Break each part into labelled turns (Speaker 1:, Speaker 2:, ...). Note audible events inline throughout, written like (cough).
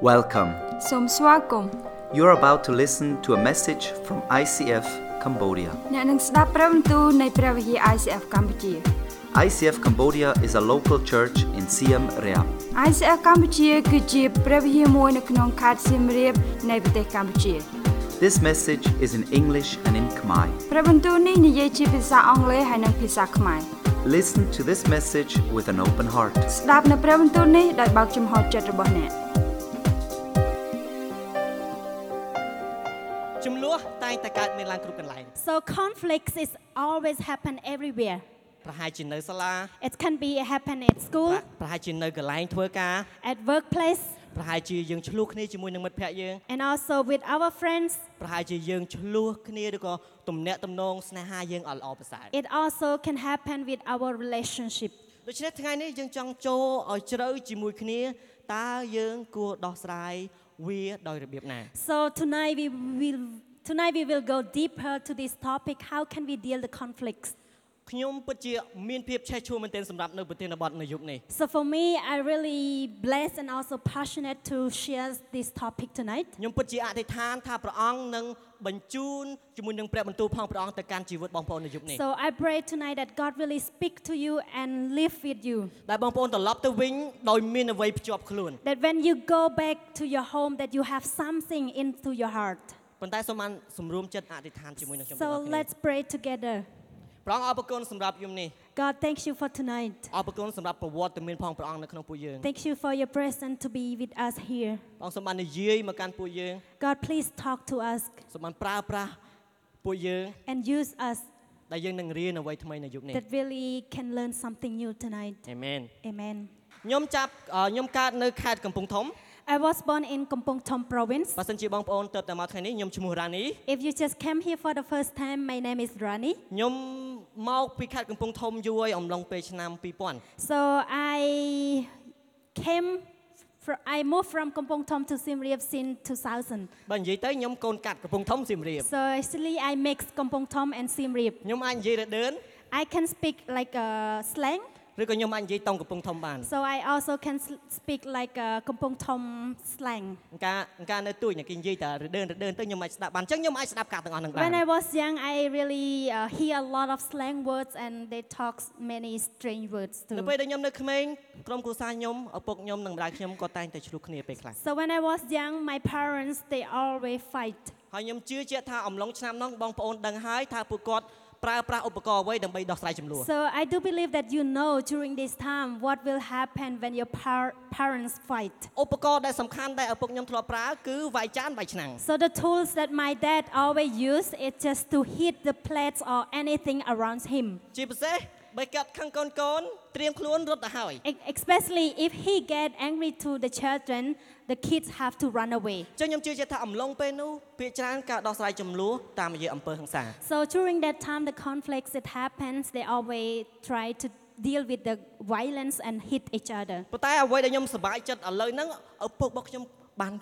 Speaker 1: Welcome.
Speaker 2: Som Swakom
Speaker 1: You're about to listen to a message from ICF Cambodia.
Speaker 2: អ្នកនឹងស្ដាប់ព្រឹមទូរនៃព្រះវិហារ ICF កម្ពុជា
Speaker 1: ICF Cambodia is a local church in Siem Reap.
Speaker 2: ICF កម្ពុជាគឺជាព្រះវិហារមួយនៅក្នុងខេត្តសៀមរាបនៃប្រទេសកម្ពុជា
Speaker 1: This message is in English and in Khmer.
Speaker 2: ព្រះបន្ទូរនេះនិយាយជាភាសាអង់គ្លេសហើយនិងភាសាខ្មែរ
Speaker 1: Listen to this message with an open heart.
Speaker 2: ស្ដាប់នៅព្រះបន្ទូរនេះដោយបើកចំហចិត្តរបស់អ្នក
Speaker 3: ចំនួនតែងតែកើតមានឡើងគ្រប់កន្លែង
Speaker 4: So conflicts is always happen everywhere.
Speaker 3: ប្រហែលជានៅសាលា
Speaker 4: It can be happen at school,
Speaker 3: ប្រហែលជានៅកន្លែងធ្វើការ
Speaker 4: at workplace,
Speaker 3: ប្រហែលជាយើងឆ្លោះគ្នាជាមួយនឹងមិត្តភ័ក្តិយើង
Speaker 4: and also with our friends.
Speaker 3: ប្រហែលជាយើងឆ្លោះគ្នាឬក៏ទំនាក់ទំនងស្នេហាយើងអត់ល្អប្រសើរ
Speaker 4: It also can happen with our relationship.
Speaker 3: ដូច្នេះថ្ងៃនេះយើងចង់ចូលឲ្យជ្រៅជាមួយគ្នាតើយើងគួរដោះស្រាយវាដោយរបៀបណា
Speaker 4: So tonight we will tonight we will go deeper to this topic. How can we deal the conflicts?
Speaker 3: ខ្ញុំពិតជាមានភាពឆេះឈួលមែនទែនសម្រាប់នៅប្រធានបទនៅយុគនេះ
Speaker 4: So for me, I really blessed and also passionate to share this topic tonight.
Speaker 3: ខ្ញុំពិតជាអធិដ្ឋានថាព្រះអង្គនឹងបញ្ជូនជាមួយនឹងព្រះបន្ទូលផងព្រះអង្គទៅកាន់ជីវិតបងប្អូននៅយុគនេះ
Speaker 4: So I pray tonight that God really speak to you and live with you.
Speaker 3: ដែលបងប្អូនត្រឡប់ទៅវិញដោយមានអ្វីភ្ជាប់ខ្លួន
Speaker 4: that when you go back to your home that you have something into your heart
Speaker 3: ប៉ុន្តែសូមបានសម្រួមចិត្តអធិដ្ឋានជាមួយនឹងខ្ញុំទាំងអ
Speaker 4: so
Speaker 3: ស់គ្នា
Speaker 4: let's pray together
Speaker 3: ព្រះអង្គអរគុណសម្រាប់យមនេះ
Speaker 4: god thank you for tonight
Speaker 3: អរគុណសម្រាប់ប្រវត្តិមានផងព្រះអង្គនៅក្នុងពួកយើង
Speaker 4: thank you for your presence to be with us here
Speaker 3: ព្រះអង្គសូមបាននិយាយមកកាន់ពួកយើង
Speaker 4: god please talk to us
Speaker 3: សូមបានប្រើប្រាស់ពួកយើង
Speaker 4: and use us
Speaker 3: ដែលយើងនឹងរៀនអ្វីថ្មីនៅយុគនេះ
Speaker 4: that really can learn something new tonight
Speaker 3: អេមែន
Speaker 4: amen
Speaker 3: ខ្ញុំចាប់អឺខ្ញុំកើតនៅខេត្តកំពង់ធំ
Speaker 4: i was born in kampong thom province
Speaker 3: បើសិនជាបងប្អូនទៅតែមកថ្ងៃនេះខ្ញុំឈ្មោះរ៉ានី
Speaker 4: if you just came here for the first time my name is rani
Speaker 3: ខ្ញុំមកពីខេត្តកំពង់ធំយូរហើយអំឡុងពេលឆ្នាំ
Speaker 4: so i came fr I moved from Kampong Thom to Siem Reap since 2000.
Speaker 3: 2000បើនិយាយទៅខ្ញុំកូនកាត់កំពង់ធំសៀមរាប
Speaker 4: So actually, I mix Kampong Thom and Siem Reap.
Speaker 3: ខ្ញុំអាចនិយាយរដឿន
Speaker 4: I can speak like a slang,
Speaker 3: ឬក៏ខ្ញុំអាចនិយាយតង់កំពង់ធំបាន
Speaker 4: so I also can s- speak like a Kampong Thom slang.
Speaker 3: អង្ការអង្ការនៅទូចអ្នកគេនិយាយតែរដើនរដើនទៅខ្ញុំអាចស្ដាប់បានអញ្ចឹងខ្ញុំអាចស្ដាប់ការទាំងអស់ហ្នឹងបាន
Speaker 4: When I was young, I really uh, hear a lot of slang words, and they talk many strange words
Speaker 3: នៅ
Speaker 4: too.
Speaker 3: ពេលដែលខ្ញុំនៅក្មេងក្រុមគ្រួសារខ្ញុំឪពុកខ្ញុំនិងម្ដាយខ្ញុំក៏តែងតែឆ្លោះគ្នាពេលខ្លះ
Speaker 4: So when I was young, my parents they always fight.
Speaker 3: ហើយខ្ញុំជឿជាក់ថាអំឡុងឆ្នាំហ្នឹងបងប្អូនដឹងហើយថាពួកគាត់ប្រើប្រាស់ឧបករណ៍អ្វីដើម្បីដោះស្រាយចំនួន
Speaker 4: So I do believe that you know during this time what will happen when your par- parents fight.
Speaker 3: ឧបករណ៍ដែលសំខាន់ដែលឪពុកខ្ញុំធ្លាប់ប្រើគឺវាយចានវាយឆ្នាំង
Speaker 4: So the tools that my dad always used is just to hit the plates or anything around him.
Speaker 3: ជាពិសេសបើកាត់ខាងកូនកូនត្រៀមខ្លួនរត់ទៅហើយ
Speaker 4: E- Especially if he get angry to the children, the kids have to run away.
Speaker 3: អញ្ចឹងខ្ញុំជឿជាក់ថាអំឡុងពេលនោះភាគច្រើនការដោះស្រាយចំនួនតាមរយៈអំពើហិង្សា
Speaker 4: So during that time, the conflicts that happens, they always try to deal with the violence and hit each other.
Speaker 3: ប៉ុន្តែអ្វីដែលខ្ញុំសប្បាយចិត្តឥឡូវហ្នឹងឪពុករបស់ខ្ញុំបាន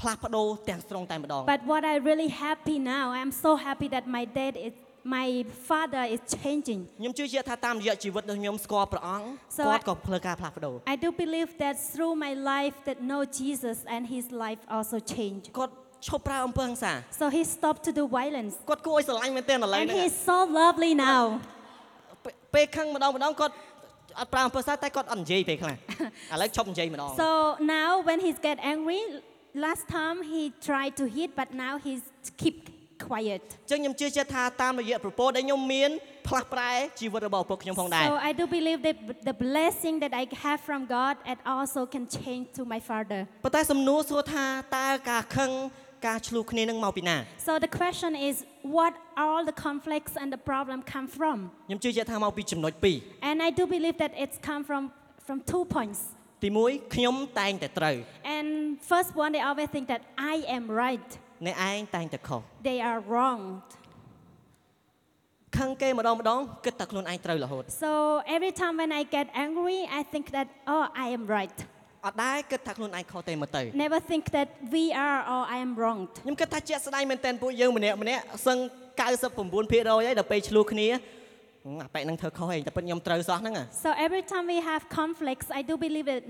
Speaker 3: ផ្លាស់ប្ដូរទាំងស្រុងតែម្ដង
Speaker 4: But what I really happy now, I'm so happy that my dad is, my father is changing.
Speaker 3: ខ្ញុំជឿជាក់ថាតាមរយៈជីវិតរបស់ខ្ញុំស្គាល់ព្រះអង្គ
Speaker 4: So
Speaker 3: គាត់
Speaker 4: I-
Speaker 3: ក៏ធ្វើការផ្លាស់ប្ដូរ
Speaker 4: I do believe that through my life that know Jesus and his life also changed.
Speaker 3: គាត់ឈប់ប្រើអំពើហិង្សា
Speaker 4: So he stopped to do violence.
Speaker 3: គាត់គួរឲ្យស្រឡាញ់មែនទែនឥឡូវ
Speaker 4: And
Speaker 3: ហ្នឹង
Speaker 4: he's so lovely now.
Speaker 3: ពេលពេលខឹងម្ដងម្ដងគាត់អត់ប្រើអំពើហិង្សាតែគាត់អត់និយាយពេល
Speaker 4: (laughs)
Speaker 3: ខ្លះ ឥឡូវឈប់និយាយម្ដង
Speaker 4: So now when he's get angry, last time he tried to hit, but now he's keep quiet.
Speaker 3: អញ្ចឹងខ្ញុំជឿជាក់ថាតាមរយៈប្រពោដែលខ្ញុំមានផ្លាស់ប្រែជីវិតរបស់ឪពុកខ្ញុំផង
Speaker 4: So
Speaker 3: ដែរ
Speaker 4: I do believe that the blessing that I have from God and also can change to my father.
Speaker 3: ប៉ុន្តែសំណួរសួរថាតើការខឹងការឆ្លោះគ្នានឹងមកពីណា
Speaker 4: So the question is, what all the conflicts and the problem come from?
Speaker 3: ខ្ញុំជឿជាក់ថាមកពីចំណុច2
Speaker 4: And I do believe that it's come from from two points.
Speaker 3: ទី1ខ្ញុំតែងតែត្រូវ
Speaker 4: And first one, they always think that I am right,
Speaker 3: អ្នកឯងតែងតែខុស
Speaker 4: they are wrong.
Speaker 3: ខឹងគេម្ដងម្ដងគិតតែខ្លួនឯងត្រូវរហូត
Speaker 4: So every time when I get angry, I think that oh, I am right.
Speaker 3: អត់ដែរគិតថាខ្លួនឯងខុសតែមកទៅ
Speaker 4: never think that we are or I am wrong.
Speaker 3: ខ្ញុំគិតថាជាក់ស្ដែងមែនតើពួកយើងម្នាក់ម្នាក់សឹង99%ហើយដល់ពេលឆ្លោះគ្នា អាប៉ែកនឹងធ្វើខុសឯងតែពិតខ្ញុំត្រូវសោះហ្នឹងអា
Speaker 4: So every time we have conflicts, I do believe that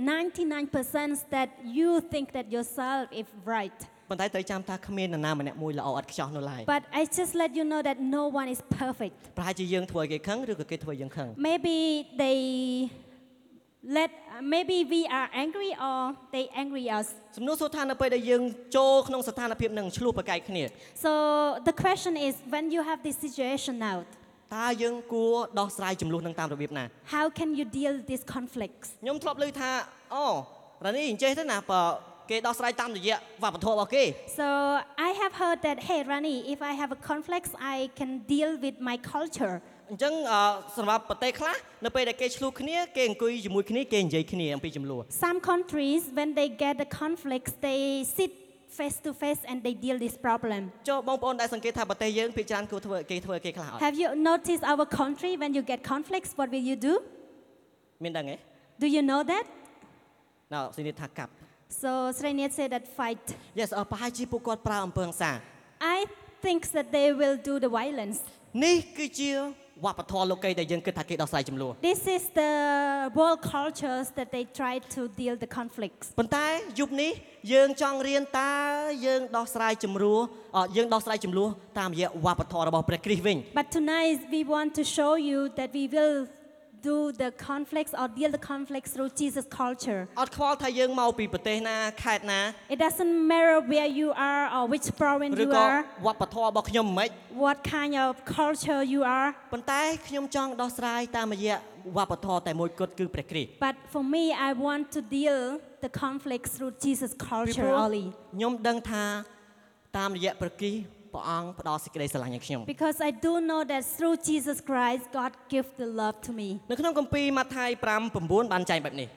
Speaker 4: 99% that you think that yourself is right.
Speaker 3: ប៉ុន្តែត្រូវចាំថាគ្មាននរណាម្នាក់មួយល្អឥតខ្ចោះនោះឡើយ
Speaker 4: But I just let you know that no one is perfect.
Speaker 3: ប្រហែលជាយើងធ្វើឲ្យគេខឹងឬក៏គេធ្វើយើងខឹង
Speaker 4: Maybe they let maybe we are angry or they angry us.
Speaker 3: សំណួរសួរថានៅពេលដែលយើងចូលក្នុងស្ថានភាពនឹងឆ្លោះប្រកែកគ្នា
Speaker 4: So the question is when you have this situation out,
Speaker 3: តើយើងគួរដោះស្រាយចំនួននឹងតាមរបៀបណា
Speaker 4: how can you deal with these conflicts?
Speaker 3: ខ្ញុំធ្លាប់ឮថាអូរ៉ានីអញ្ចេះទៅណាបើគេដោះស្រាយតាមរយៈវប្បធម៌របស់គេ
Speaker 4: So I have heard that hey Rani, if I have a conflict, I can deal with my culture.
Speaker 3: អញ្ចឹងអឺសម្រាប់ប្រទេសខ្លះនៅពេលដែលគេឆ្លោះគ្នាគេអង្គុយជាមួយគ្នាគេនិយាយគ្នាអំពីចំនួន
Speaker 4: Some countries, when they get the conflicts, they sit face to face and they deal this problem.
Speaker 3: ចូលបងប្អូនដែលសង្កេតថាប្រទេសយើងភាគច្រើនគួរធ្វើគេធ្វើគេខ្លះអត់
Speaker 4: Have you noticed our country? When you get conflicts, what will you do?
Speaker 3: មានដឹងទេ
Speaker 4: Do you know that?
Speaker 3: ណ៎ស៊ីនិតថាកាប់
Speaker 4: So Srinit said that fight.
Speaker 3: Yes អឺប្រហែលជាពួកគាត់ប្រើអំពើហិង្សា
Speaker 4: I think that they will do the violence.
Speaker 3: នេះគឺជាវប្បធម៌លោកីដែលយើងគិតថាគេដោះស្រាយចំនួន
Speaker 4: This is the world cultures that they try to deal the conflicts.
Speaker 3: ប៉ុន្តែយប់នេះយើងចង់រៀនតើយើងដោះស្រាយជំរួសអឺយើងដោះស្រាយចំនួនតាមរយៈវប្បធម៌របស់ព្រះគ្រីស្ទវិញ
Speaker 4: But tonight we want to show you that we will do the conflicts or deal the conflicts through Jesus culture.
Speaker 3: អត់ខ្វល់ថាយើងមកពីប្រទេសណាខេត្តណា
Speaker 4: It doesn't matter where you are or which province
Speaker 3: ឬ
Speaker 4: you
Speaker 3: ក៏
Speaker 4: are,
Speaker 3: វប្បធម៌របស់ខ្ញុំមិន
Speaker 4: what kind of culture you are.
Speaker 3: ប៉ុន្តែខ្ញុំចង់ដោះស្រាយតាមរយៈវប្បធម៌តែមួយគត់គឺព្រះគ្រីស្ទ
Speaker 4: But for me, I want to deal the conflicts through Jesus
Speaker 3: ពី
Speaker 4: culture
Speaker 3: ព្រោះ
Speaker 4: only.
Speaker 3: ខ្ញុំដឹងថាតាមរយៈព្រះគ្រីស្ទព្រះអង្គផ្ដល់សេចក្តីស្រឡាញ់ឲ្យខ្ញុំ
Speaker 4: Because I do know that through Jesus Christ, God gives the love to me.
Speaker 3: នៅក្នុងគម្ពីរម៉ាថាយ5:9បានចែងបែបនេះ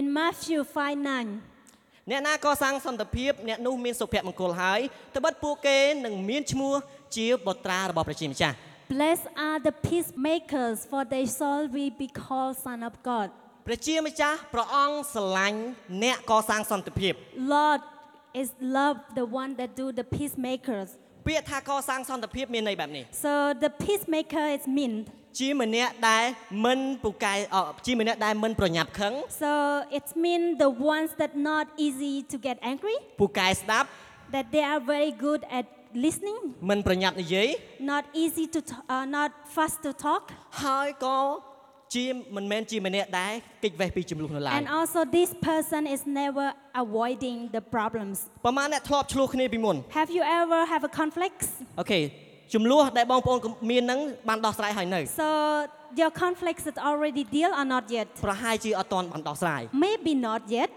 Speaker 4: In Matthew 5 9,
Speaker 3: អ្នកណាក៏សាងសន្តិភាពអ្នកនោះមានសុភមង្គលហើយត្បិតពួកគេនឹងមានឈ្មោះជាបុត្រារបស់ព្រះជាម្ចាស់
Speaker 4: blessed are the peacemakers, for they shall be be called son of God.
Speaker 3: ព្រះជាម្ចាស់ព្រះអង្គស្រឡាញ់អ្នកក៏សាងសន្តិភាព
Speaker 4: Lord is love, the one that do the peacemakers.
Speaker 3: ពាក្យថាកសាងសន្តិភាពមានន័យបែបនេះ
Speaker 4: So the peacemaker is mean.
Speaker 3: ជាម្នាក់ដែលមិនពូកែអជាម្នាក់ដែលមិនប្រញាប់ខឹង
Speaker 4: So it's mean the ones that not easy to get angry,
Speaker 3: ពូកែស្ដាប់
Speaker 4: that they are very good at listening,
Speaker 3: មិនប្រញាប់និយាយ
Speaker 4: not easy to, t- uh, not fast to talk.
Speaker 3: ហើយក៏ជាមិនមែនជាម្នាក់ដែលគេចវេះពីចំនួននោះឡើយ
Speaker 4: And also this person is never avoiding the problems.
Speaker 3: ប្រហែលអ្នកធ្លាប់ឆ្លោះគ្នាពីមុន
Speaker 4: Have you ever have a conflict?
Speaker 3: អូខេចំនួនដែលបងប្អូនមានហ្នឹងបានដោះស្រាយហើយនៅ
Speaker 4: So your conflicts is already deal or not yet?
Speaker 3: ប្រហែលជាអត់ទាន់បានដោះស្រាយ
Speaker 4: Maybe not yet.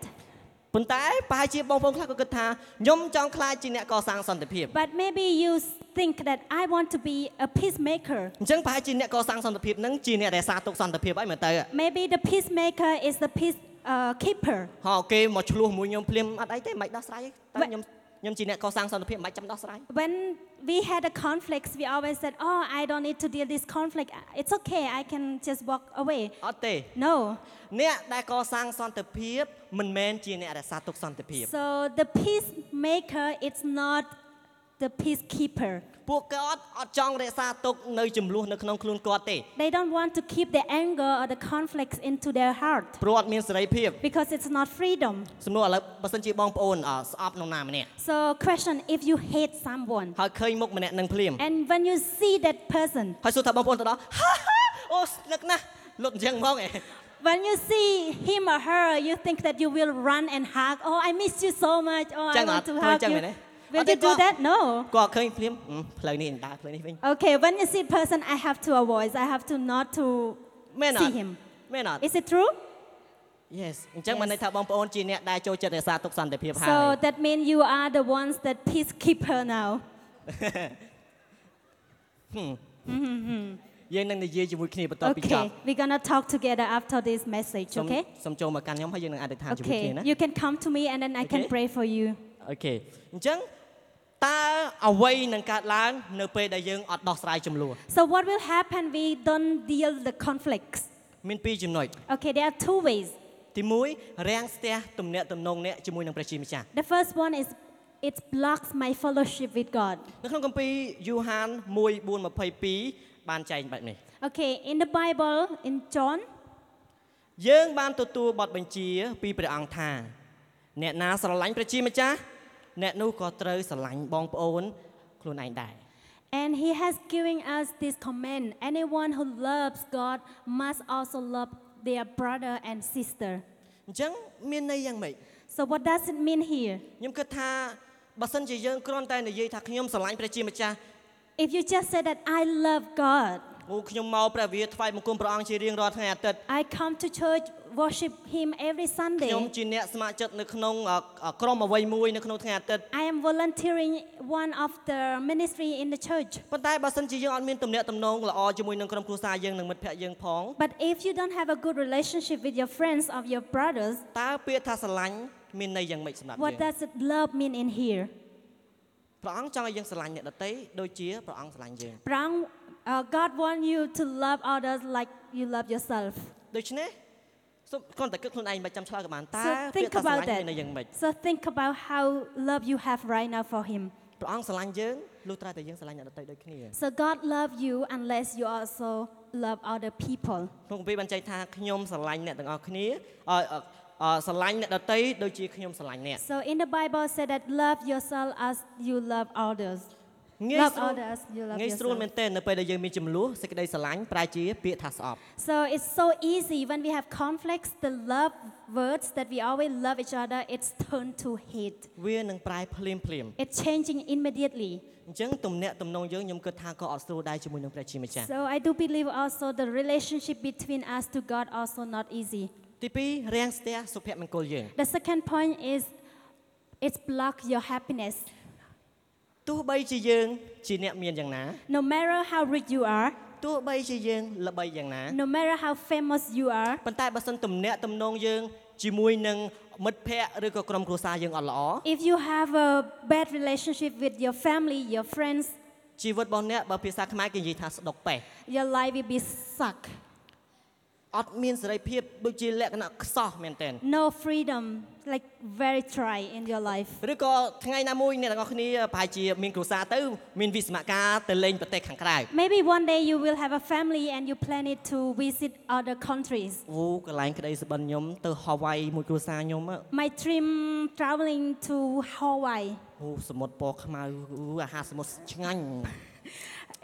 Speaker 3: ប៉ុន្តែប្រហែលជាបងប្អូនខ្លះក៏គិតថាខ្ញុំចង់ខ្លាចជាអ្នកកសាងសន្តិភាព
Speaker 4: But maybe you think that I want to be a peacemaker.
Speaker 3: អញ្ចឹងប្រហែលជាអ្នកកសាងសន្តិភាពហ្នឹងជាអ្នករក្សាទុកសន្តិភាពឲ្យមើលទៅ
Speaker 4: Maybe the peacemaker is the peace uh, keeper.
Speaker 3: ហោគេមកឆ្លោះមួយខ្ញុំភ្លាមអត់អីទេមិនដោះស្រាយទេតែខ្ញុំខ្ញុំជាអ្នកកសាងសន្តិភាពមិនចាំដោះស្រាយ
Speaker 4: When we had a conflict, we always said, "Oh, I don't need to deal this conflict. It's okay. I can just walk away."
Speaker 3: អត់ទេ
Speaker 4: No.
Speaker 3: អ្នកដែលកសាងសន្តិភាពមិនមែនជាអ្នករក្សាទុកសន្តិភាព
Speaker 4: So the peacemaker is not the peacekeeper.
Speaker 3: ពួកគាត់អត់ចង់រក្សាទុកនៅចំនួននៅក្នុងខ្លួនគាត់ទេ
Speaker 4: They don't want to keep the anger or the conflicts into their heart
Speaker 3: ព្រោះអត់មានសេរីភាព
Speaker 4: because it's not freedom.
Speaker 3: សំណួរឥឡូវបើសិនជាបងប្អូនអ่าស្អប់នរណាម្នាក់
Speaker 4: So question: If you hate someone
Speaker 3: ហើយឃើញមុខម្នាក់នឹងភ្លាម
Speaker 4: and when you see that person,
Speaker 3: ហើយសួរថាបងប្អូនទៅដល់ហាហា (laughs) អូស្នឹកណាស់លុតអញ្ចឹងមកឯង
Speaker 4: When you see him or her, you think that you will run and hug. Oh, I miss you so much. Oh, I
Speaker 3: Chẳng
Speaker 4: want
Speaker 3: ạ,
Speaker 4: to
Speaker 3: thôi
Speaker 4: hug
Speaker 3: chẳng
Speaker 4: you.
Speaker 3: vậy đấy.
Speaker 4: Will
Speaker 3: Ở đây
Speaker 4: you do
Speaker 3: có-
Speaker 4: that? No.
Speaker 3: គាត់ឃើញភ្លាមហឹមផ្លូវនេះដើរផ្លូវនេះវិញ
Speaker 4: Okay, when you see person, I have to avoid. I have to not to
Speaker 3: មែនអត់
Speaker 4: see him.
Speaker 3: មែនអត់
Speaker 4: Is it true?
Speaker 3: Yes អញ្ចឹង
Speaker 4: Yes.
Speaker 3: បានន័យថាបងប្អូនជាអ្នកដែលចូលចិត្តរក្សាទុកសន្តិភាពហើយ
Speaker 4: So that means you are the ones that peacekeeper now.
Speaker 3: យើងនឹងនិយាយជាមួយគ្នាបន្តពីចប់
Speaker 4: Okay, we're gonna talk together after this message.
Speaker 3: សូម
Speaker 4: Okay.
Speaker 3: សូមចូលមកកាន់ខ្ញុំហើយយើងនឹងអធិដ្ឋានជាមួយគ្នា
Speaker 4: Okay,
Speaker 3: ណា
Speaker 4: you can come to me and then I can
Speaker 3: eh? Okay.
Speaker 4: pray for you.
Speaker 3: អូខេអញ្ចឹងតើអ្វីនឹងកើតឡើងនៅពេលដែលយើងអត់ដោះស្រាយចំនួន
Speaker 4: So what will happen? We don't deal the conflicts.
Speaker 3: មានពីរចំណុច
Speaker 4: Okay, there are two ways.
Speaker 3: ទី1រាំងស្ទះទំនាក់ទំនងអ្នកជាមួយនឹងព្រះជាម្ចាស់
Speaker 4: The first one is it blocks my fellowship with God.
Speaker 3: នៅក្នុងគម្ពីរយូហាន14:22 បានចែងបែបនេះ
Speaker 4: Okay, in the Bible, in John,
Speaker 3: យើងបានទទួលបទបញ្ជាពីព្រះអង្គថា អ្នកណាស្រឡាញ់ព្រះជាម្ចាស់អ្នកនោះក៏ត្រូវស្រឡាញ់បងប្អូនខ្លួនឯងដែរ
Speaker 4: and he has given us this command anyone who loves God must also love their brother and sister.
Speaker 3: អញ្ចឹងមានន័យយ៉ាងម៉េច
Speaker 4: So, what does it mean here?
Speaker 3: ខ្ញុំគិតថាបើសិនជាយើងគ្រាន់តែនិយាយថាខ្ញុំស្រឡាញ់ព្រះជាម្ចាស់
Speaker 4: If you just say that I love God,
Speaker 3: អូខ្ញុំមកព្រះវិហារថ្វាយបង្គំព្រះអង្គជារៀងរាល់ថ្ងៃអាទិត្យ
Speaker 4: I come to church, worship Him every
Speaker 3: ខ្ញុំ
Speaker 4: Sunday.
Speaker 3: ជាអ្នកស្ម័គ្រចិត្តនៅក្នុងអអក្រុមអ្វីមួយនៅក្នុងថ្ងៃអាទិត្យ
Speaker 4: I am volunteering one of the ministry in the church.
Speaker 3: ប៉ុន្តែបើសិនជាយើងអត់មានទំនាក់ទំនងល្អជាមួយនឹងក្រុមគ្រួសារយើងនិងមិត្តភ័ក្តិយើងផង
Speaker 4: But if you don't have a good relationship with your friends or your brothers,
Speaker 3: តើពាក្យថាស្រឡាញ់មានន័យយ៉ាងម៉េចសម្រាប់យើ
Speaker 4: what
Speaker 3: ង
Speaker 4: does it love mean in here?
Speaker 3: ព្រះអង្គចង់ឲ្យយើងស្រឡាញ់អ្នកដទៃដូចជាព្រះអង្គស្រឡាញ់យើង
Speaker 4: Brown, uh, God wants you to love others like you love yourself.
Speaker 3: ដូច្នេះសូមគ្រាន់តែគិតខ្លួនឯងមិនចាំឆ្លើយក៏បានតើ
Speaker 4: So
Speaker 3: ពាក្យ
Speaker 4: think
Speaker 3: ថាស្រឡាញ់
Speaker 4: about
Speaker 3: មានន័យយ៉ាងម៉េច
Speaker 4: that. So think about how love you have right now for Him.
Speaker 3: ព្រះអង្គស្រឡាញ់យើងលុះត្រាតែយើងស្រឡាញ់អ្នកដទៃដូចគ្នា
Speaker 4: So God loves you unless you also love other people.
Speaker 3: ក្នុងគម្ពីរបានចែកថាខ្ញុំស្រឡាញ់អ្នកទាំងអស់គ្នាអអអស្រឡាញ់អ្នកដទៃដូចជាខ្ញុំស្រឡាញ់អ្នក
Speaker 4: So in the Bible said that love yourself as you love others.
Speaker 3: ងាយ
Speaker 4: Love
Speaker 3: ស្រួល
Speaker 4: others, you love
Speaker 3: ងាយស្រួល
Speaker 4: yourself.
Speaker 3: មែនទែននៅពេលដែលយើងមានចំនួនសេចក្តីស្រឡាញ់ប្រែជាពាក្យថាស្អប់
Speaker 4: So it's so easy when we have conflicts, the love words that we always love each other, it's turned to hate.
Speaker 3: វានឹងប្រែភ្លាមភ្លាម
Speaker 4: It's changing immediately.
Speaker 3: អញ្ចឹងទំនាក់ទំនងយើងខ្ញុំគិតថាក៏អត់ស្រួលដែរជាមួយនឹងព្រះជាម្ចាស់
Speaker 4: So I do believe also the relationship between us to God also not easy.
Speaker 3: ទី2រាំងស្ទះសុភមង្គលយើង
Speaker 4: The second point is it's block your happiness.
Speaker 3: ទោះបីជាយើងជាអ្នកមានយ៉ាងណា
Speaker 4: No matter how rich you are,
Speaker 3: ទោះបីជាយើងល្បីយ៉ាងណា
Speaker 4: no matter how famous you are,
Speaker 3: ប៉ុន្តែបើសិនទំនាក់ទំនងយើងជាមួយនឹងមិត្តភ័ក្តិឬក៏ក្រុមគ្រួសារយើងអត់ល្អ
Speaker 4: if you have a bad relationship with your family, your friends,
Speaker 3: ជីវិតរបស់អ្នកបើភាសាខ្មែរគេនិយាយថាស្ដុកប៉េះ
Speaker 4: your life will be suck.
Speaker 3: អត់មានសេរីភាពដូចជាលក្ខណៈខ្សោះមែនទែន
Speaker 4: No freedom, like very dry in your life.
Speaker 3: ឬក៏ថ្ងៃណាមួយអ្នកទាំងអស់គ្នាប្រហែលជាមានគ្រួសារទៅមានវិស្មការទៅលេងប្រទេសខាងក្រៅ
Speaker 4: Maybe one day you will have a family and you plan it to visit other countries.
Speaker 3: អូកន្លែងក្តីសបិនខ្ញុំទៅហាវ៉ៃមួយគ្រួសារខ្ញុំអ่ะ
Speaker 4: My dream traveling to Hawaii.
Speaker 3: អូសមុទ្រពណ៌ខ្មៅអូអាហារសមុទ្រឆ្ងាញ់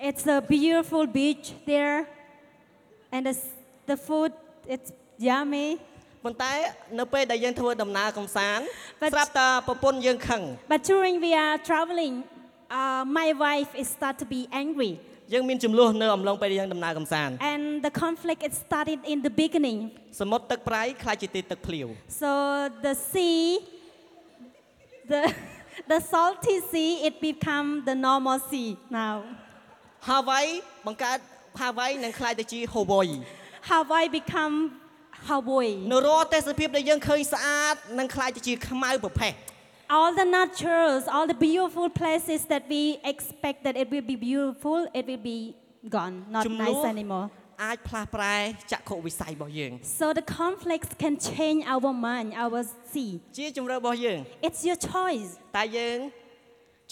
Speaker 4: It's a beautiful beach there, and the, s- the food it's yummy.
Speaker 3: ប៉ុន្តែនៅពេលដែលយើងធ្វើដំណើរកំសាន្ត
Speaker 4: But-
Speaker 3: ស្រាប់តែប្រពន្ធយើងខឹង
Speaker 4: But during we are traveling, uh, my wife is start to be angry,
Speaker 3: យើងមានចំនួននៅអំឡុងពេលដែលយើងដំណើរកំសាន្ត
Speaker 4: and the conflict it started in the beginning.
Speaker 3: សមុទ្រទឹកប្រៃខ្លាចជាទីទឹកភ្លាវ
Speaker 4: So the sea, the (laughs) the salty sea, it become the normal sea now.
Speaker 3: ហាវ៉ៃបង្កើតហាវ៉ៃនឹងខ្លាចទៅជាហូវ៉ៃ
Speaker 4: Hawaii become Hawaii.
Speaker 3: នៅរាល់ទេសភាពដែលយើងឃើញស្អាតនឹងខ្លាចទៅជាខ្មៅប្រផេះ
Speaker 4: All the natures, all the beautiful places that we expect that it will be beautiful, it will be gone, not
Speaker 3: ជំនួ
Speaker 4: nice anymore.
Speaker 3: អាចផ្លាស់ប្រែចក្ខុវិស័យរបស់យើង
Speaker 4: So the conflicts can change our mind, our sea.
Speaker 3: ជាជំរឿរបស់យើង
Speaker 4: It's your choice.
Speaker 3: តើយើង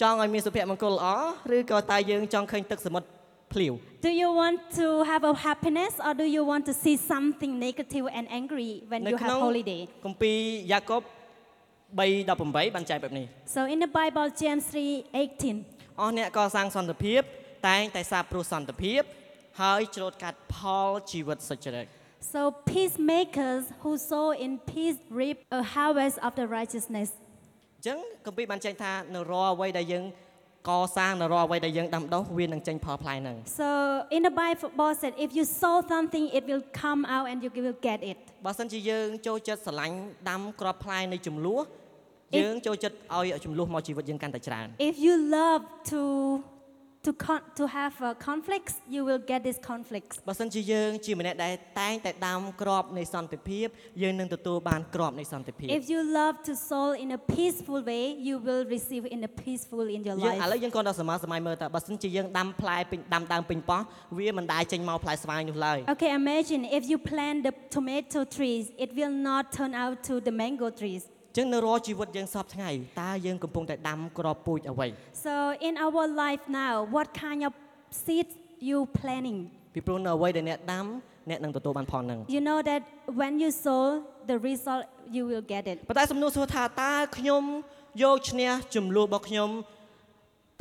Speaker 3: ចង់ឲ្យមានសុភមង្គលល្អឬក៏តើយើងចង់ឃើញទឹកសមុទ្រភ្លាវ
Speaker 4: Do you want to have a happiness or do you want to see something negative and angry when
Speaker 3: នៅ
Speaker 4: you
Speaker 3: ក្នុង
Speaker 4: have holiday?
Speaker 3: គម្ពីរយ៉ាកុប3:18បានចែងបែបនេះ
Speaker 4: So in the Bible, James 3:18,
Speaker 3: អស់អ្នកក៏សាងសន្តិភាព តែងតែសាបព្រោះសន្តិភាព ហើយច្រូតកាត់ផលជីវិតសុចរិត
Speaker 4: so peacemakers who sow in peace reap a harvest of the righteousness.
Speaker 3: អញ្ចឹងគម្ពីរបានចែងថានៅរាល់អ្វីដែលយើងកសាងនៅរាល់អ្វីដែលយើងដាំដុះវានឹងចេញផលផ្លែហ្នឹង
Speaker 4: So in the Bible said, if you sow something, it will come out and you will get it.
Speaker 3: បើសិនជាយើងចូលចិត្តស្រឡាញ់ដាំគ្រាប់ផ្លែនៃចំនួនយើងចូលចិត្តឲ្យចំនួនមកជីវិតយើងកាន់តែច្រើន
Speaker 4: If you love to to con- to have uh, conflicts, you will get these conflicts.
Speaker 3: បើសិនជាយើងជាម្នាក់ដែលតែងតែដាំគ្រាប់នៃសន្តិភាពយើងនឹងទទួលបានគ្រាប់នៃសន្តិភាព
Speaker 4: If you love to sow in a peaceful way, you will receive in a peaceful in your
Speaker 3: យើងឥឡូវ
Speaker 4: life.
Speaker 3: យើងគាត់ដល់សម័យសម័យមើលតើបើសិនជាយើងដាំផ្លែពេញដាំដើមពេញប៉ោះវាមិនដែរចេញមកផ្លែស្វាយនោះឡើយ
Speaker 4: Okay, imagine if you plant the tomato trees, it will not turn out to the mango trees.
Speaker 3: អញ្ចឹងនៅរាល់ជីវិតយើងសពថ្ងៃតើយើងកំពុងតែដាំគ្រាប់ពូជអ្វី
Speaker 4: So in our life now, what kind of seeds you planning.
Speaker 3: ពីព្រោះនៅអ្វីដែលអ្នកដាំអ្នកនឹងទទួលបានផលហ្នឹង
Speaker 4: You know that when you sow, the result you will get it.
Speaker 3: ប៉ុន្តែសំណួរសួរថាតើខ្ញុំយកឈ្នះចំនួនរបស់ខ្ញុំ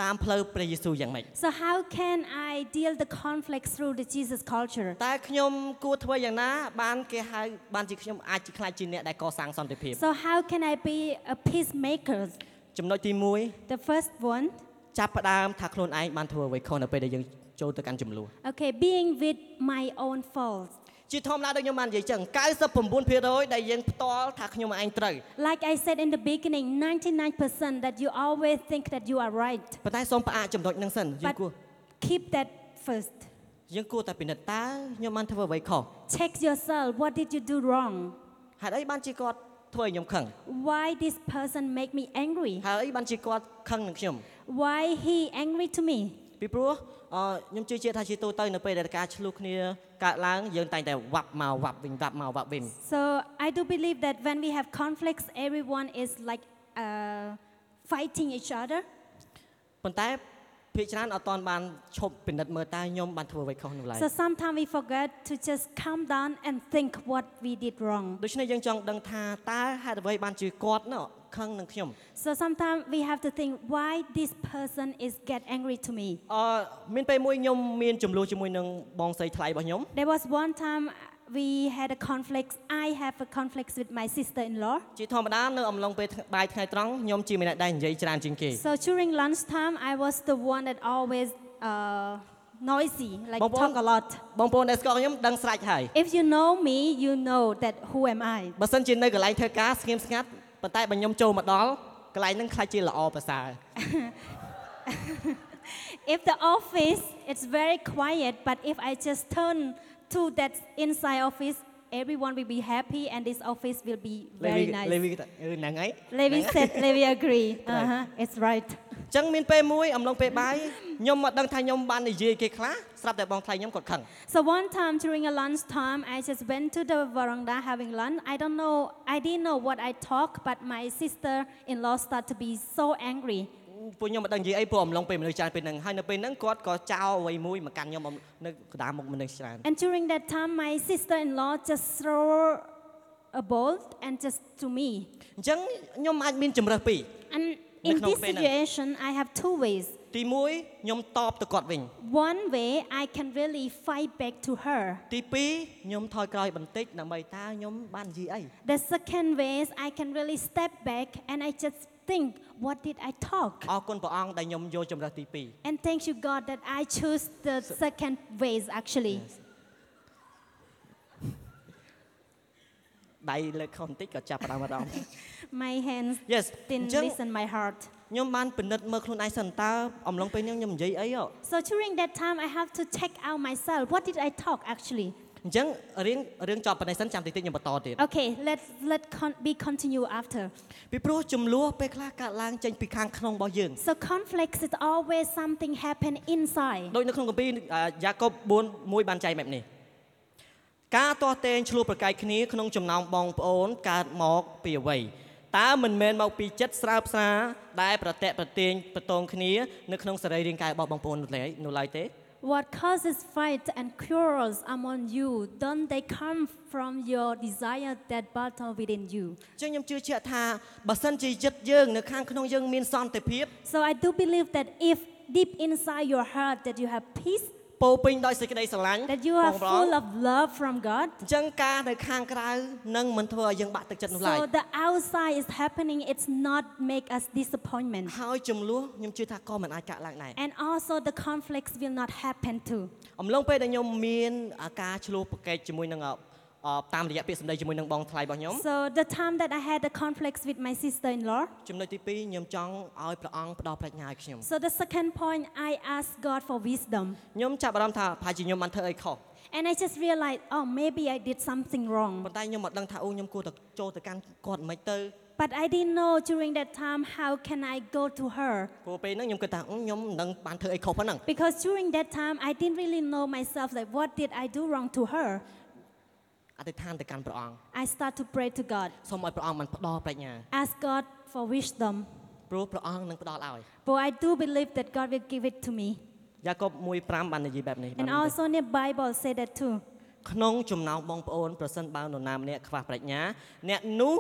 Speaker 3: តាមផ្លូវព្រះយេស៊ូវយ៉ាងម៉េច
Speaker 4: So how can I deal the conflict through the Jesus culture?
Speaker 3: តើខ្ញុំគួរធ្វើយ៉ាងណាបានគេហៅបានជាខ្ញុំអាចជាខ្លាចជាអ្នកដែលកសាងសន្តិភាព
Speaker 4: So how can I be a peacemaker?
Speaker 3: ចំណុចទី
Speaker 4: The first one,
Speaker 3: 1ចាប់ផ្ដើមថាខ្លួនឯងបានធ្វើអ្វីខុសនៅពេលដែលយើងចូលទៅកាន់ចំនួន
Speaker 4: okay, being with my own faults.
Speaker 3: ជាធម្មតាដូចខ្ញុំបាននិយាយចឹង99%ដែលយើងផ្ទាល់ថាខ្ញុំឯងត្រូវ
Speaker 4: Like I said in the beginning, 99% that you always think that you are right.
Speaker 3: ប៉ុន្តែសូមផ្អាកចំណុចហ្នឹងសិនយើង
Speaker 4: But
Speaker 3: គួរ
Speaker 4: keep that first.
Speaker 3: យើងគួរតែពិនិត្យតើខ្ញុំបានធ្វើអ្វីខុស
Speaker 4: Check yourself. What did you do wrong?
Speaker 3: ហេតុអីបានជាគាត់ធ្វើឲ្យខ្ញុំខឹង
Speaker 4: Why this person make me angry?
Speaker 3: ហើយអីបានជាគាត់ខឹងនឹងខ្ញុំ
Speaker 4: Why he angry to me?
Speaker 3: ពីព្រោះអឺខ្ញុំជឿជាក់ថាជាទូទៅនៅពេលដែលការឆ្លោះគ្នាកើតឡើងយើងតែងតែវាប់មកវាប់វិញវាប់មកវាប់វិញ
Speaker 4: So I do believe that when we have conflicts, everyone is like uh, fighting each other.
Speaker 3: ប៉ុន្តែភាគច្រើនអត់តាន់បានឈប់ពិនិត្យមើលតើខ្ញុំបានធ្វើអ្វីខុសនោះឡើយ
Speaker 4: So sometimes we forget to just calm down and think what we did wrong.
Speaker 3: ដូច្នេះយើងចង់ដឹងថាតើហេតុអ្វីបានជាគាត់នោះខឹងនឹងខ្ញុំ
Speaker 4: So sometimes we have to think why this person is get angry to me.
Speaker 3: អឺមានពេលមួយខ្ញុំមានចំនួនជាមួយនឹងបងស្រីថ្លៃរបស់ខ្ញុំ
Speaker 4: There was one time we had a conflict. I have a conflict with my sister-in-law.
Speaker 3: ជាធម្មតានៅអំឡុងពេលបាយថ្ងៃត្រង់ខ្ញុំជាម្នាក់ដែលនិយាយច្រើនជាងគេ
Speaker 4: So during lunchtime, I was the one that always uh, noisy, like
Speaker 3: Bong bong.
Speaker 4: talk a lot.
Speaker 3: បងប្អូនដែលស្គាល់ខ្ញុំដឹងស្រេចហើយ
Speaker 4: If you know me, you know that who am I.
Speaker 3: បើសិនជានៅកន្លែងធ្វើការស្ងៀមស្ងាត់ប៉ុន្តែបើខ្ញុំចូលមកដល់កន្លែងហ្នឹងខ្លាចជាល្អប្រសើរ
Speaker 4: If the office it's very quiet, but if I just turn to that inside office, everyone will be happy and this office will be
Speaker 3: លេវី
Speaker 4: very nice.
Speaker 3: លេវីថាអឺហ្នឹងហើយ
Speaker 4: Levi said, Levi agree.
Speaker 3: Right.
Speaker 4: Uh-huh, it's right.
Speaker 3: អញ្ចឹងមានពេលមួយអំឡុងពេលបាយខ្ញុំមកដឹងថាខ្ញុំបាននិយាយគេខ្លះស្រាប់តែបងថ្លៃខ្ញុំគាត់ខឹង
Speaker 4: So one time during a lunchtime, I just went to the veranda having lunch. I don't know, I didn't know what I talked, but my sister-in-law started to be so angry.
Speaker 3: ពួកខ្ញុំមិនដឹងនិយាយអីពួកអំឡុងពេលមនុស្សច្រើនពេលហ្នឹងហើយនៅពេលហ្នឹងគាត់ក៏ចោលអ្វីមួយមកកាន់ខ្ញុំអំនៅកណ្ដាលមុខមនុស្សច្រើន
Speaker 4: And during that time, my sister-in-law just threw a ball and just to me.
Speaker 3: អញ្ចឹងខ្ញុំអាចមានជំរើសពីរ
Speaker 4: And
Speaker 3: Nó
Speaker 4: in
Speaker 3: không
Speaker 4: this
Speaker 3: phải là-
Speaker 4: situation, I have two ways.
Speaker 3: ទី1ខ្ញុំតបទៅគាត់វិញ
Speaker 4: One way, I can really fight back to her.
Speaker 3: ទី2ខ្ញុំថយក្រោយបន្តិចដើម្បីតើខ្ញុំបាននិយាយអី
Speaker 4: The second way is I can really step back and I just think, what did I talk?
Speaker 3: អរគុណព្រះអង្គដែលខ្ញុំយកជំរើសទី2
Speaker 4: And thank you, God, that I choose the second ways actually.
Speaker 3: ដៃលើខុសបន្តិចក៏ចាប់ផ្ដើមអារម្មណ៍
Speaker 4: My hands
Speaker 3: Yes អ
Speaker 4: didn't
Speaker 3: ញ្ចឹង
Speaker 4: listen my heart.
Speaker 3: ខ្ញុំបានពិនិត្យមើលខ្លួនឯងសិនតើអំឡុងពេលនេះខ្ញុំនិយាយអីហ៎
Speaker 4: So during that time, I have to check out myself. What did I talk actually?
Speaker 3: អញ្ចឹងរឿងរឿងចប់ប៉ុណ្ណេះសិនចាំតិចតិចខ្ញុំបន្តទៀត
Speaker 4: Okay, let's let con- be continue after.
Speaker 3: ពីព្រោះចំនួនពេលខ្លះកើតឡើងចេញពីខាងក្នុងរបស់យើង
Speaker 4: So conflicts is always something happen inside.
Speaker 3: ដូចនៅក្នុងកម្ពីអ่าយ៉ាកុប4 1បានចែកបែបនេះការទាស់ទែងឆ្លោះប្រកែកគ្នាក្នុងចំណោមបងប្អូនកើតមកពីអ្វីតើមិនមែនមកពីចិត្តស្រើបស្រាដែលប្រតិប្រទៀងប្រតងគ្នានៅក្នុងសរីរាង្គកាយរបស់បងប្អូននោះឡើយនោះឡើយទេ
Speaker 4: What causes fight and quarrels among you? Don't they come from your desire that battle within you?
Speaker 3: អញ្ចឹងខ្ញុំជឿជាក់ថាបើសិនជាចិត្តយើងនៅខាងក្នុងយើងមានសន្តិភាព
Speaker 4: So I do believe that if deep inside your heart that you have peace,
Speaker 3: ពោរពេញដោយសេចក្តីស្រឡាញ់
Speaker 4: that you are full of love from God,
Speaker 3: អញ្ចឹងការនៅខាងក្រៅនឹងមិនធ្វើឲ្យយើងបាក់ទឹកចិត្តនោះឡើយ
Speaker 4: so the outside is happening, it's not make us disappointment.
Speaker 3: ហើយចំនួនខ្ញុំជឿថាក៏មិនអាចកាត់ឡើងដែរ
Speaker 4: And also the conflicts will not happen too.
Speaker 3: អំឡុងពេលដែលខ្ញុំមានអាការឆ្លោះប្រកែកជាមួយនឹងអអតាមរយៈពាក្យសម្ដីជាមួយនឹងបងថ្លៃរបស់ខ្ញុំ
Speaker 4: So the time that I had the conflicts with my sister-in-law,
Speaker 3: ចំណុចទី2ខ្ញុំចង់ឲ្យព្រះអង្គផ្ដល់ប្រាជ្ញាឲ្យខ្ញុំ
Speaker 4: so the second point I asked God for wisdom.
Speaker 3: ខ្ញុំចាប់អារម្មណ៍ថាប្រហែលជាខ្ញុំបានធ្វើអីខុស
Speaker 4: And I just realized, oh, maybe I did something wrong.
Speaker 3: ប៉ុន្តែខ្ញុំមិនដឹងថាអូខ្ញុំគួរតែចូលទៅកាន់គាត់មិនទៅ
Speaker 4: But I didn't know during that time how can I go to her
Speaker 3: ព្រោះពេលហ្នឹងខ្ញុំគិតថាអូខ្ញុំមិនដឹងបានធ្វើអីខុសប៉ុណ្ណឹង
Speaker 4: because during that time I didn't really know myself like what did I do wrong to her.
Speaker 3: អធិដ្ឋានទៅកាន់ព្រះអង្គ
Speaker 4: I start to pray to God,
Speaker 3: សូមឲ្យព្រះអង្គបានផ្ដល់ប្រាជ្ញា
Speaker 4: ask God for wisdom.
Speaker 3: ព្រោះព្រះអង្គនឹងផ្ដល់ឲ្យ
Speaker 4: But I do believe that God will give it to me.
Speaker 3: យ យ៉ាកុប1:5បាននិយាយបែបនេះបាន
Speaker 4: And
Speaker 3: និយាយ
Speaker 4: also in the Bible say that too.
Speaker 3: ក្នុងចំណោមបងប្អូនប្រសិនបើនរណាម្នាក់ខ្វះប្រាជ្ញា អ្នកនោះ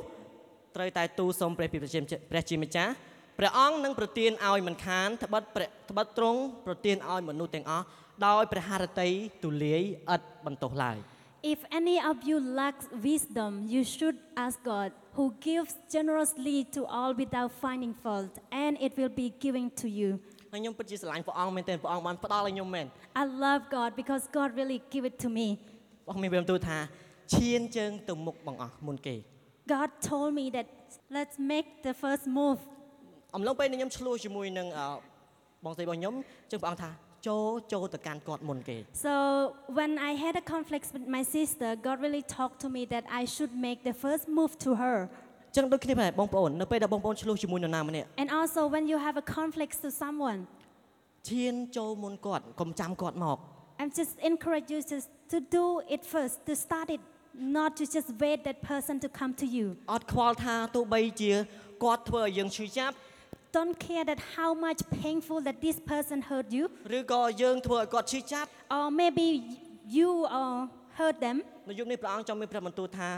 Speaker 3: ត្រូវតែទូលសូមព្រះពីព្រះជាម្ចាស់ព្រះជាម្ចាស់ព្រះអង្គនឹងប្រទានឲ្យមិនខានត្បិតព្រះត្បិតទ្រង់ប្រទានឲ្យមនុស្សទាំងអស់ដោយព្រះハរតីទូលាយឥតបន្ទោសឡើយ
Speaker 4: If any of you lacks wisdom, you should ask God, who gives generously to all without finding fault, and it will be given to you.
Speaker 3: ហើយខ្ញុំពិតជាស្រឡាញ់ព្រះអង្គមែនទែនព្រះអង្គបានផ្ដល់ឲ្យខ្ញុំមែន
Speaker 4: I love God because God really give it to me.
Speaker 3: ព្រះអង្គមានព្រះបន្ទូលថាឈានជើងទៅមុខបងអស់មុនគេ
Speaker 4: God told me that let's make the first move.
Speaker 3: អំឡុងពេលនេះខ្ញុំឆ្លោះជាមួយនឹងអឺបងស្រីរបស់ខ្ញុំជើងព្រះអង្គថាចូលចូលទៅកាន់គាត់មុនគេ
Speaker 4: So when I had a conflict with my sister, God really talked to me that I should make the first move to her.
Speaker 3: អញ្ចឹងដូចគ្នាដែរបងប្អូននៅពេលដែលបងប្អូនឆ្លោះជាមួយនរណាម្នាក់
Speaker 4: And also when you have a conflict to someone,
Speaker 3: ឈានចូលមុនគាត់កុំចាំគាត់មក
Speaker 4: I'm just encourage you to, to do it first, to start it, not to just wait that person to come to you.
Speaker 3: អត់ខ្វល់ថាទោះបីជាគាត់ធ្វើឲ្យយើងឈឺចាប់
Speaker 4: Don't care that how much painful that this person hurt you,
Speaker 3: ឬក៏យើងធ្វើឲ្យគាត់ឈឺចាប់
Speaker 4: or maybe you uh, hurt them.
Speaker 3: នៅយុគនេះព្រះអង្គចង់មានព្រះបន្ទូលថា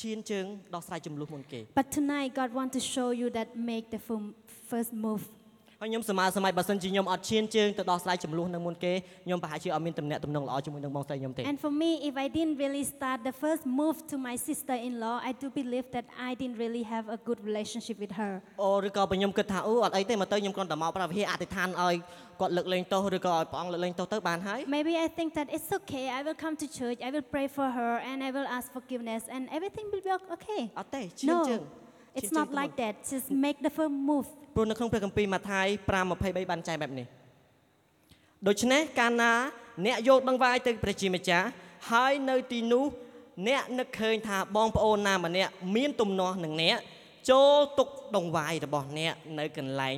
Speaker 3: ឈានជើងដោះស្រាយចំនួនមុនគេ
Speaker 4: But tonight, God wants to show you that make the fir- first move.
Speaker 3: ហើយខ្ញុំសមាសម័យបើសិនជាខ្ញុំអត់ឈានជើងទៅដោះស្រាយចំនួននឹងមុនគេខ្ញុំប្រហែលជាអត់មានទំនាក់ទំនងល្អជាមួយនឹងបងស្រីខ្ញុំទេ
Speaker 4: And for me, if I didn't really start the first move to my sister-in-law, I do believe that I didn't really have a good relationship with her.
Speaker 3: អូឬក៏បើខ្ញុំគិតថាអូអត់អីទេមកទៅខ្ញុំគ្រាន់តែមកប្រាវិហារអធិដ្ឋានឲ្យគាត់លើកលែងទោសឬក៏ឲ្យព្រះអង្គលើកលែងទោសទៅបានហើយ
Speaker 4: Maybe I think that it's okay. I will come to church. I will pray for her, and I will ask forgiveness, and everything will be o- okay.
Speaker 3: អត់ទេឈានជើងឈា
Speaker 4: No,
Speaker 3: ន
Speaker 4: it's
Speaker 3: ជើង
Speaker 4: not
Speaker 3: ទៅមុន
Speaker 4: like that. Just make the first move.
Speaker 3: ព្រោះនៅក្នុងព្រះគម្ពីរម៉ាថាយ5:23បានចែងបែបនេះដូច្នេះកាលណាអ្នកយកដង្វាយទៅព្រះជាម្ចាស់ហើយនៅទីនោះអ្នកនឹកឃើញថាបងប្អូនណាម្នាក់មានទំនាស់នឹងអ្នកចូលទុកដង្វាយរបស់អ្នកនៅកន្លែង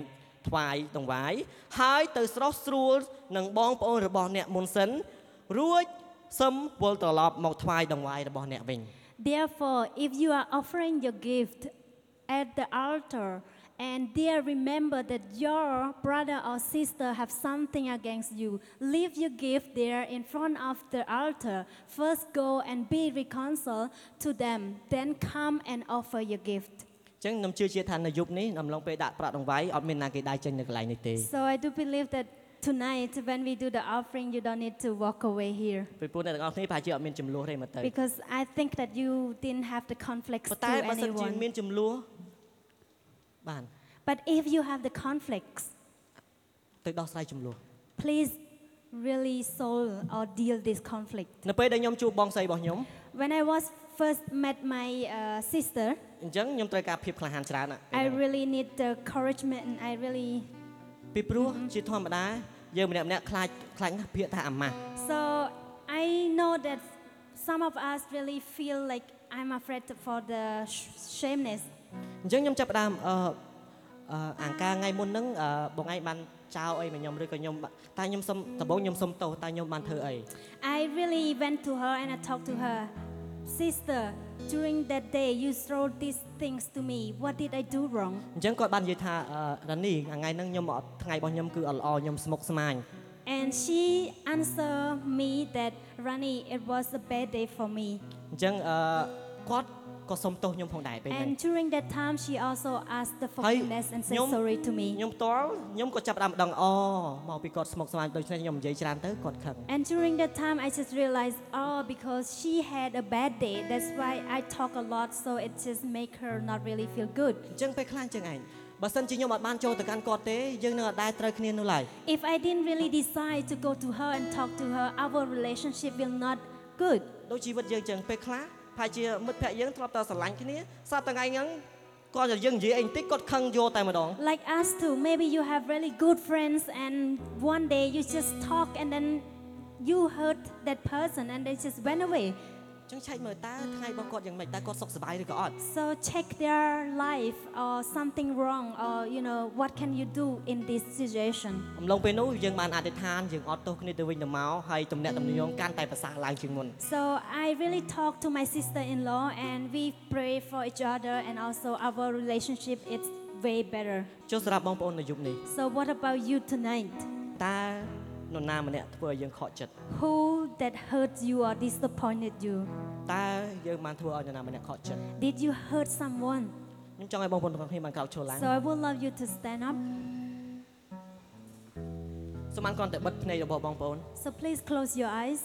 Speaker 3: ថ្វាយដង្វាយហើយទៅស្រស់ស្រួលនឹងបងប្អូនរបស់អ្នកមុនសិនរួចសឹមវិលត្រឡប់មកថ្វាយដង្វាយរបស់អ្នកវិញ
Speaker 4: Therefore, if you are offering your gift at the altar, and there remember that your brother or sister have something against you, leave your gift there in front of the altar. First, go and be reconciled to them. Then come and offer your gift.
Speaker 3: អញ្ចឹងខ្ញុំជឿជាក់ថានៅយប់នេះអំឡុងពេលដាក់ប្រាក់ដង្វាយអត់មានណាគេដែរចេញនៅកន្លែងនេះទេ
Speaker 4: So I do believe that tonight, when we do the offering, you don't need to walk away here.
Speaker 3: ពីព្រោះអ្នកទាំងអស់គ្នាប្រហែលជាអត់មានចំនួនទេមកទៅ
Speaker 4: Because I think that you didn't have the conflicts
Speaker 3: ប៉ុ
Speaker 4: to
Speaker 3: ន្តែបើសិនជា
Speaker 4: anyone.
Speaker 3: មានចំនួនបាន
Speaker 4: But if you have the conflicts,
Speaker 3: ទៅដោះស្រាយចំនួន
Speaker 4: please really solve or deal this conflict.
Speaker 3: នៅពេលដែលខ្ញុំជួបបងស្រីរបស់ខ្ញុំ
Speaker 4: When I was first met my uh, sister,
Speaker 3: អញ្ចឹងខ្ញុំត្រូវការភាពក្លាហានច្រើនណាស់
Speaker 4: I really need the encouragement and I really
Speaker 3: ពីព្រោះជាធម្មតាយើងម្នាក់ម្នាក់ៗខ្លាចខ្លាចណាស់ភាកថាអាម៉ាស់
Speaker 4: so I know that some of us really feel like I'm afraid for the sh- shameness.
Speaker 3: អញ្ចឹងខ្ញុំចាប់ផ្ដើមអឺអឺអង្ការថ្ងៃមុនហ្នឹងអឺបងឯងបានចោលអីមកខ្ញុំឬក៏ខ្ញុំតែខ្ញុំសុំដំបូងខ្ញុំសុំទោសតែខ្ញុំបានធ្វើអី
Speaker 4: I really went to her and I talked to her, sister. During that day, you showed these things to me. What did I do wrong?
Speaker 3: អញ្ចឹងគាត់បាននិយាយថាអឺរ៉ានីថ្ងៃហ្នឹងខ្ញុំអត់ថ្ងៃរបស់ខ្ញុំគឺអត់ល្អខ្ញុំស្មុគស្មាញ
Speaker 4: And she answered me that, Rani, it was a bad day for me.
Speaker 3: អញ្ចឹងអឺគាត់ក៏សុំទោសខ្ញុំផងដែរពេលហ្នឹង
Speaker 4: And during that time, she also asked the forgiveness and said
Speaker 3: Nhung-
Speaker 4: sorry to me.
Speaker 3: ខ្ញុំផ្ទាល់ខ្ញុំក៏ចាប់ផ្ដើមដឹងអូមកពីគាត់ស្មុគស្មាញដូច្នេះខ្ញុំនិយាយច្រើនទៅគាត់ខឹង
Speaker 4: And during that time, I just realized, oh, because she had a bad day, that's why I talk a lot, so it just make her not really feel good.
Speaker 3: អញ្ចឹងពេលខ្លះអញ្ចឹងឯងបើសិនជាខ្ញុំអត់បានចូលទៅកាន់គាត់ទេយើងនឹងអត់ដែរត្រូវគ្នានោះឡើយ
Speaker 4: If I didn't really decide to go to her and talk to her, our relationship will not good.
Speaker 3: ដូចជីវិតយើងអញ្ចឹងពេលខ្លះប្រហែលជាមិត្តភក្តិយើងធ្លាប់តែស្រឡាញ់គ្នាសប្តាហ៍ថ្ងៃហ្នឹងគាត់តែយើងនិយាយអីបន្តិចគាត់ខឹងយកតែម្ដង
Speaker 4: Like us too, maybe you have really good friends, and one day you just talk, and then you hurt that person, and they just went away.
Speaker 3: អញ្ចឹងឆែកមើលតើថ្ងៃរបស់គាត់យ៉ាងម៉េចតើគាត់សុខសប្បាយឬក៏អត់
Speaker 4: So check their life or something wrong or you know what can you do in this situation.
Speaker 3: អំឡុងពេលនោះយើងបានអធិដ្ឋានយើងអត់ទោសគ្នាទៅវិញទៅមកហើយទំនាក់ទំនងកាន់តែប្រសើរឡើងជាងមុន
Speaker 4: So I really talked to my sister-in-law and we pray for each other and also our relationship is way better.
Speaker 3: ចុះសម្រាប់បងប្អូននៅយុគនេះ
Speaker 4: So what about you tonight?
Speaker 3: តើ នរណាម្នាក់ធ្វើឲ្យយើងខកចិត្ត
Speaker 4: Who that hurt you or disappointed you?
Speaker 3: តើយើងបានធ្វើឲ្យនរណាម្នាក់ខកចិត្ត
Speaker 4: Did you hurt someone?
Speaker 3: ខ្ញុំចង់ឲ្យបងប្អូនទាំងអស់គ្នាបានក្រោកឈរឡើង
Speaker 4: So I would love you to stand up.
Speaker 3: សូមបានគ្រាន់តែបិទភ្នែករបស់បងប្អូន
Speaker 4: So please close your eyes.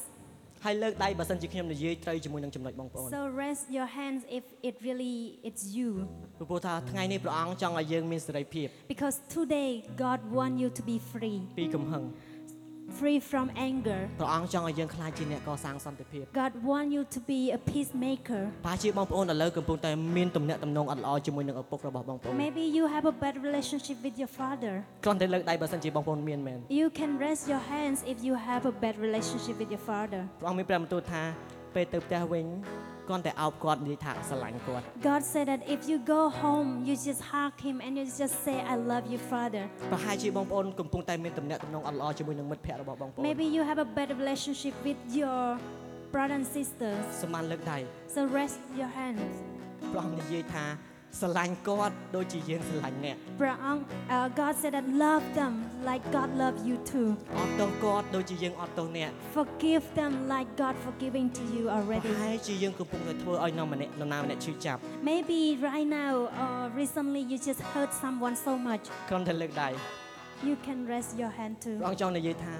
Speaker 3: ហើយលើកដៃបើសិនជាខ្ញុំនិយាយត្រូវជាមួយនឹងចំណុចបងប្អូន
Speaker 4: So raise your hands if it really it's you.
Speaker 3: ព្រោះថាថ្ងៃនេះព្រះអង្គចង់ឲ្យយើងមានសេរីភាព
Speaker 4: Because today God wants you to be free,
Speaker 3: ពីកំហឹង
Speaker 4: free from anger.
Speaker 3: ព្រះអង្គចង់ឲ្យយើងខ្លាចជាអ្នកកសាងសន្តិភាព
Speaker 4: God wants you to be a peacemaker.
Speaker 3: ប្រហែលជាបងប្អូនឥឡូវកំពុងតែមានទំនាក់ទំនងអត់ល្អជាមួយនឹងឪពុករបស់បងប្អូន
Speaker 4: Maybe you have a bad relationship with your father.
Speaker 3: គ្រាន់តែលើកដៃបើសិនជាបងប្អូនមានមែន
Speaker 4: You can raise your hands if you have a bad relationship with your father.
Speaker 3: ព្រះអង្គមានព្រះបន្ទូលថាពេលទៅផ្ទះវិញគ្រាន់តែអោបគាត់និយាយថាស្រឡាញ់គាត់
Speaker 4: God said that if you go home, you just hug him and you just say, I love you, Father.
Speaker 3: ប្រហែលជាបងប្អូនកំពុងតែមានទំនាក់ទំនងអត់ល្អជាមួយនឹងមិត្តភ័ក្តិរបស់បងប្អូន
Speaker 4: Maybe you have a better relationship with your brother and sisters.
Speaker 3: សូមបានលើកដៃ
Speaker 4: So raise your hands.
Speaker 3: ព្រះអង្គនិយាយថាស្រឡាញ់គាត់ដូចជាយើងស្រឡាញ់អ្នក
Speaker 4: Bra- um, uh, God said that love them like God loves you too.
Speaker 3: អត់ទោសគាត់ដូចជាយើងអត់ទោសអ្នក
Speaker 4: Forgive them like God forgiving to you
Speaker 3: ប្រ
Speaker 4: already.
Speaker 3: ហែលជាយើងកំពុងតែធ្វើឲ្យនរម្នាក់នរណាម្នាក់ឈឺចាប់
Speaker 4: Maybe right now or recently you just hurt someone so much.
Speaker 3: គ្រាន់តែលើកដៃ
Speaker 4: You can raise your hand
Speaker 3: ព្រះ
Speaker 4: too.
Speaker 3: អង្គចង់និយាយថា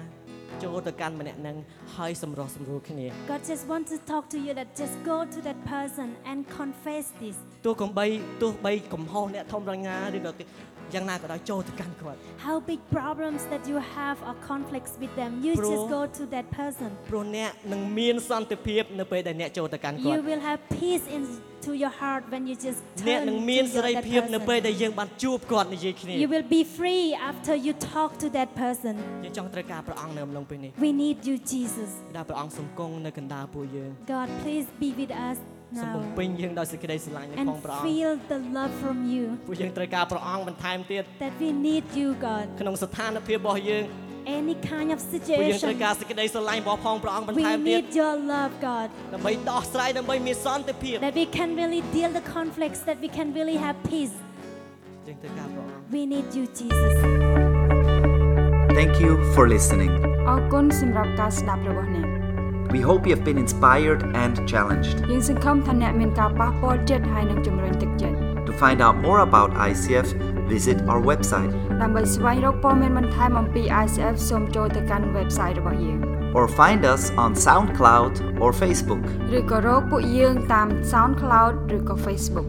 Speaker 3: ចូលទៅកាន់ម្នាក់ហ្នឹងហើយសម្រោះសម្រួលគ្នា
Speaker 4: God just wants to talk to you that just go to that person and confess this.
Speaker 3: ទោះកំបីទោះបីកំហុសអ្នកធំរងាឬក៏គេយ៉ាងណាក៏ដោយចូលទៅកាន់គាត់
Speaker 4: How big problems that you have or conflicts with them, you
Speaker 3: Bro.
Speaker 4: just go to that person.
Speaker 3: ព្រោះអ្នកនឹងមានសន្តិភាពនៅពេលដែលអ្នកចូលទៅកាន់គាត់
Speaker 4: You will have peace into your heart when you just
Speaker 3: អ្នក
Speaker 4: turn
Speaker 3: នឹង
Speaker 4: to
Speaker 3: មានសេ
Speaker 4: your,
Speaker 3: រី
Speaker 4: that
Speaker 3: ភាពនៅពេល
Speaker 4: person.
Speaker 3: ដែលយើងបានជួបគាត់និយាយគ្នា
Speaker 4: You will be free after you talk to that person.
Speaker 3: យើងចង់ត្រូវការព្រះអង្គនៅអំឡុងពេលនេះ
Speaker 4: We need you, Jesus.
Speaker 3: ដែលព្រះអង្គសង្គង់នៅកណ្ដាលពួកយើង
Speaker 4: God, please be with us
Speaker 3: សូមបំ
Speaker 4: now
Speaker 3: ពេញយើងដោយសេចក្តីស្រឡាញ់នៃ
Speaker 4: and
Speaker 3: ផងព្រះអង្គ
Speaker 4: feel the love from you
Speaker 3: ពួកយើងត្រូវការព្រះអង្គបន្ថែមទៀត
Speaker 4: that we need you, God.
Speaker 3: ក្នុងស្ថានភាពរបស់យើង
Speaker 4: Any kind of
Speaker 3: ពួកយើងត្រូវ
Speaker 4: situation,
Speaker 3: ការសេចក្តីស្រឡាញ់របស់ផងព្រះអង្គបន្ថែ
Speaker 4: we
Speaker 3: មទៀត
Speaker 4: need your love, God.
Speaker 3: ដើម្បីដោះស្រាយដើម្បីមានសន្តិភាព
Speaker 4: That we can really deal the conflicts, that we can really have peace.
Speaker 3: យើងត្រូវការព្រះអង្គ
Speaker 4: We need you, Jesus.
Speaker 1: Thank you for listening.
Speaker 2: អរគុណសម្រាប់ការស្ដាប់របស់អ្នក
Speaker 1: We hope you have been inspired and challenged.
Speaker 2: យើងសង្ឃឹមថាអ្នកមានការប៉ះពាល់ចិត្តហើយនឹងជំរុញទឹកចិត្ត
Speaker 1: To find out more about ICF, visit our website
Speaker 2: ដើម្បីស្វែងរកព័ត៌មានបន្ថែមអំពី ICF សូមចូលទៅកាន់ website របស់យើង
Speaker 1: or find us on SoundCloud or Facebook.
Speaker 2: ឬក៏រកពួកយើងតាម SoundCloud ឬក៏ Facebook